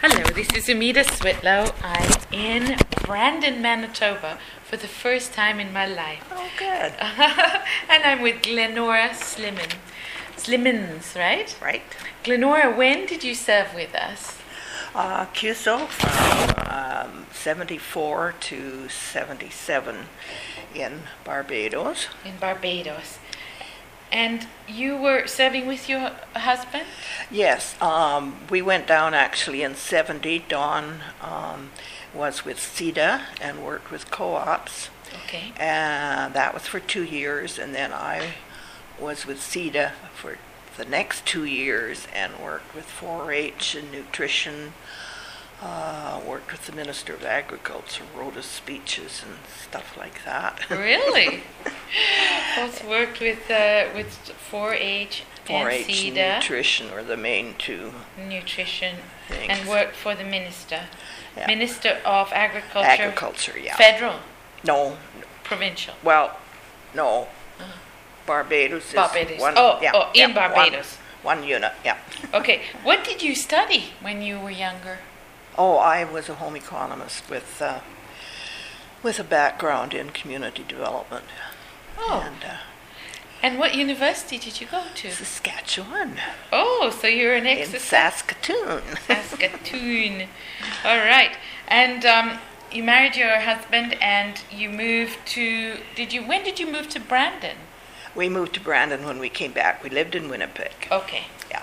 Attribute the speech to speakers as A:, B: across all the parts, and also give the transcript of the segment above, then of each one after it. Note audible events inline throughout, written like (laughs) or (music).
A: Hello, this is Amita Switlow. I'm in Brandon, Manitoba for the first time in my life. (laughs)
B: Oh, good.
A: and I'm with Glenora Slimmins. Slimmins, right?
B: Right.
A: Glenora, when did you serve with us?
B: Uh, CUSO from um, 74 to 77 in Barbados.
A: In Barbados. And you were serving with your husband?
B: Yes, um, we went down actually in 70. Dawn um, was with CEDA and worked with co ops.
A: Okay.
B: And that was for two years, and then I was with CETA for the next two years and worked with 4-H and nutrition. Uh, worked with the Minister of Agriculture, wrote his speeches and stuff like that. (laughs)
A: Really? Both worked with uh, with 4-H and
B: 4-H and
A: CEDA
B: nutrition were the main two.
A: nutrition, and
B: Thanks.
A: worked for the minister,
B: Yeah.
A: minister of agriculture,
B: Agriculture, yeah.
A: federal,
B: No, no,
A: provincial.
B: well, no. Barbados is
A: Uh-huh. Barbados.
B: one.
A: Oh,
B: yeah,
A: oh, in
B: yeah, one-
A: Barbados.
B: One unit, yeah.
A: Okay, what did you study when you were younger?
B: Oh, I was a home economist with, uh, with a background in community development.
A: Oh,
B: And uh,
A: and what university did you go to?
B: Saskatchewan,
A: Oh, so you're an
B: in
A: ex
B: Saskatoon.
A: Saskatoon. All right, and um, you married your husband, and you moved to. Did you? When did you move to Brandon?
B: (laughs) we moved to Brandon when we came back. We lived in Winnipeg.
A: Okay.
B: Yeah.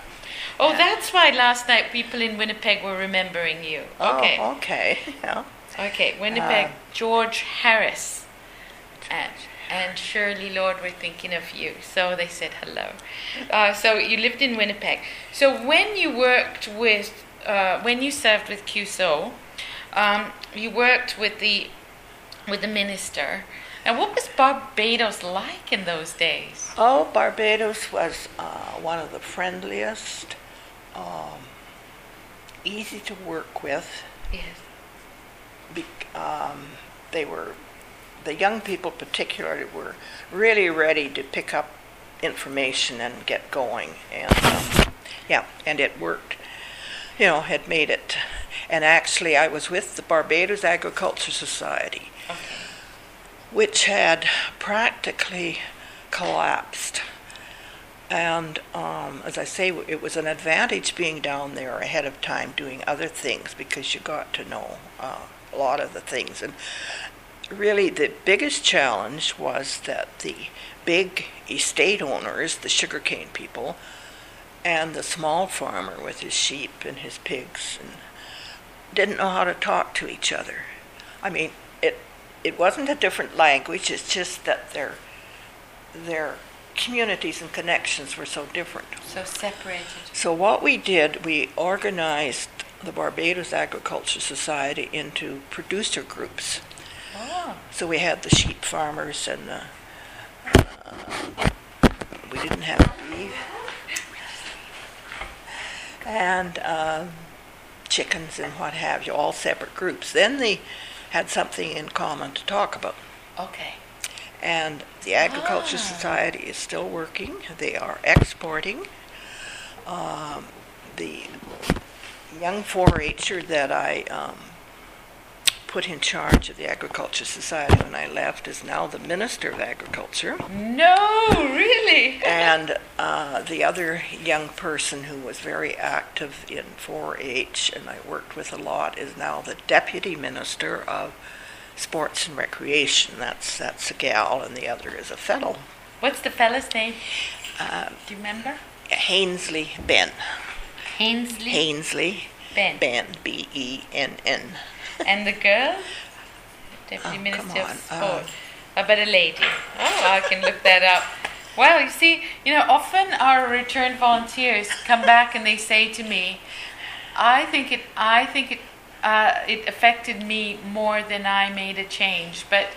A: Oh, that's why last night people in Winnipeg were remembering you. Okay.
B: Oh, okay. (laughs) Yeah.
A: Okay, Winnipeg,
B: Um,
A: George Harris and, and Shirley Lord were thinking of you, so they said hello. Uh, so you lived in Winnipeg. So when you worked with, uh, when you served with QSO, um, you worked with the with the minister. And what was Barbados like in those days?
B: Oh, Barbados was uh, one of the friendliest, um, easy to work with.
A: Yes.
B: Be- um, they were, the young people particularly were really ready to pick up information and get going. And um, yeah, and it worked. You know, had made it. And actually, I was with the Barbados Agriculture Society, which had practically collapsed. And um, as I say, it was an advantage being down there ahead of time doing other things because you got to know uh, a lot of the things. And really, the biggest challenge was that the big estate owners, the sugarcane people, and the small farmer with his sheep and his pigs and didn't know how to talk to each other. I mean, it it wasn't a different language. It's just that their their communities and connections were so different.
A: So separated.
B: So what we did, we organized the Barbados Agriculture Society into producer groups.
A: Oh.
B: So we had the sheep farmers and the uh, we didn't have beef. And um, chickens and what have you, all separate groups. Then they had something in common to talk about.
A: Okay.
B: And the Agriculture
A: Ah.
B: Society is still working. They are exporting. Um, the young 4 H'er that I um, put in charge of the Agriculture Society when I left is now the Minister of Agriculture.
A: No, really?
B: And uh, the other young person who was very active in 4 H and I worked with a lot is now the Deputy Minister of Sports and Recreation. That's, that's a gal, and the other is a fellow,
A: What's the fella's name?
B: uh,
A: Do you remember?
B: Hainsley Ben.
A: Hainsley.
B: Hainsley
A: Ben.
B: Ben, B E N N.
A: And the girl? Deputy
B: Oh, come
A: Minister of
B: on,
A: Sport. Uh, but a lady. Oh, I can look that up. Well, you see, you know, often our return volunteers come back and they say to me, I think it, I think it, uh, it affected me more than I made a change. But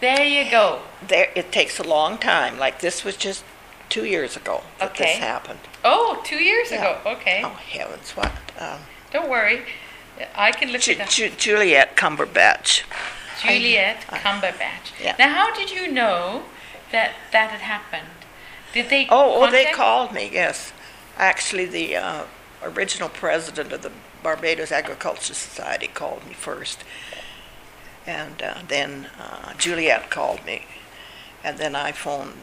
A: there you go.
B: There, it takes a long time. Like this was just two years ago that
A: Okay.
B: this happened.
A: Oh, two years
B: Yeah.
A: ago. Okay.
B: Oh heavens, what? Um,
A: Don't worry. I can look
B: Ju-
A: it up.
B: Ju- Juliet Cumberbatch.
A: Juliet
B: I-
A: Cumberbatch.
B: Yeah.
A: Now, how did you know that that had happened? Did they?
B: Oh, oh, they
A: contact-
B: called me, yes. Actually, the uh, original president of the Barbados Agriculture Society called me first. And uh, then uh, Juliet called me. And then I phoned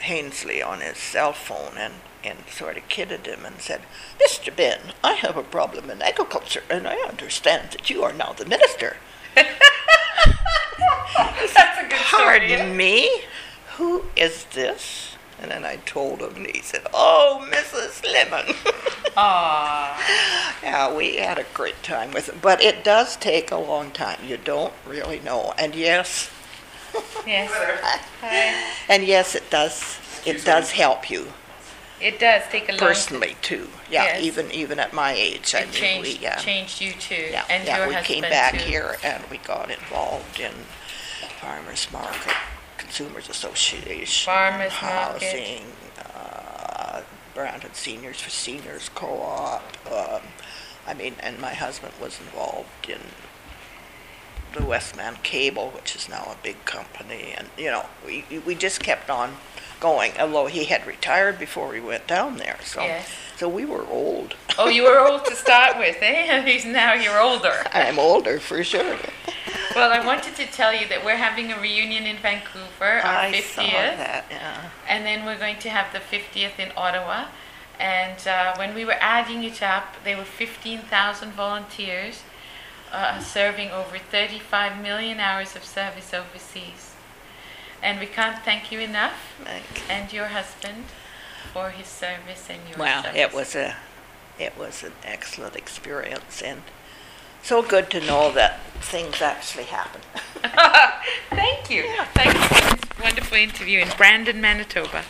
B: Hainsley on his cell phone and, and sort of kidded him and said, Mr. Ben, I have a problem in agriculture, and I understand that you are now the minister.
A: (laughs) That's a good story.
B: Pardon me? Who is this? And then I told him, and he said, Oh, Mrs. Lemon. (laughs)
A: Aw.
B: yeah, we had a great time with him. But it does take a long time. You don't really know. And yes,
A: Yes. Hi.
B: and yes, it does. It does help you
A: It does take a long
B: personally too. Yeah,
A: Yes.
B: even even at my age, I
A: It
B: mean,
A: changed,
B: we, uh,
A: changed you too.
B: yeah,
A: and
B: yeah,
A: your
B: we
A: husband
B: came back
A: too.
B: here and we got involved in farmers market, consumers association,
A: Farmers market.
B: housing, uh, Brandon Seniors for Seniors Co-op. Um, I mean, and my husband was involved in the Westman Cable, which is now a big company, and you know, we we just kept on going. Although he had retired before we went down there, so
A: Yes.
B: so we were old. (laughs)
A: Oh, you were old to start with, (laughs) eh? He's now you're older.
B: I'm older for sure.
A: Well, I wanted to tell you that we're having a reunion in Vancouver, our
B: I saw
A: 50th,
B: that. Yeah.
A: and then we're going to have the 50th in Ottawa. And uh, when we were adding it up, there were 15,000 volunteers uh, serving over 35 million hours of service overseas. And we can't thank you enough,
B: Like,
A: and your husband, for his service and your
B: wow,
A: service. (laughs)
B: it was a, it was an excellent experience, and so good to know that things actually happen. (laughs)
A: Thank you. Thank you for this wonderful interview in Brandon, Manitoba.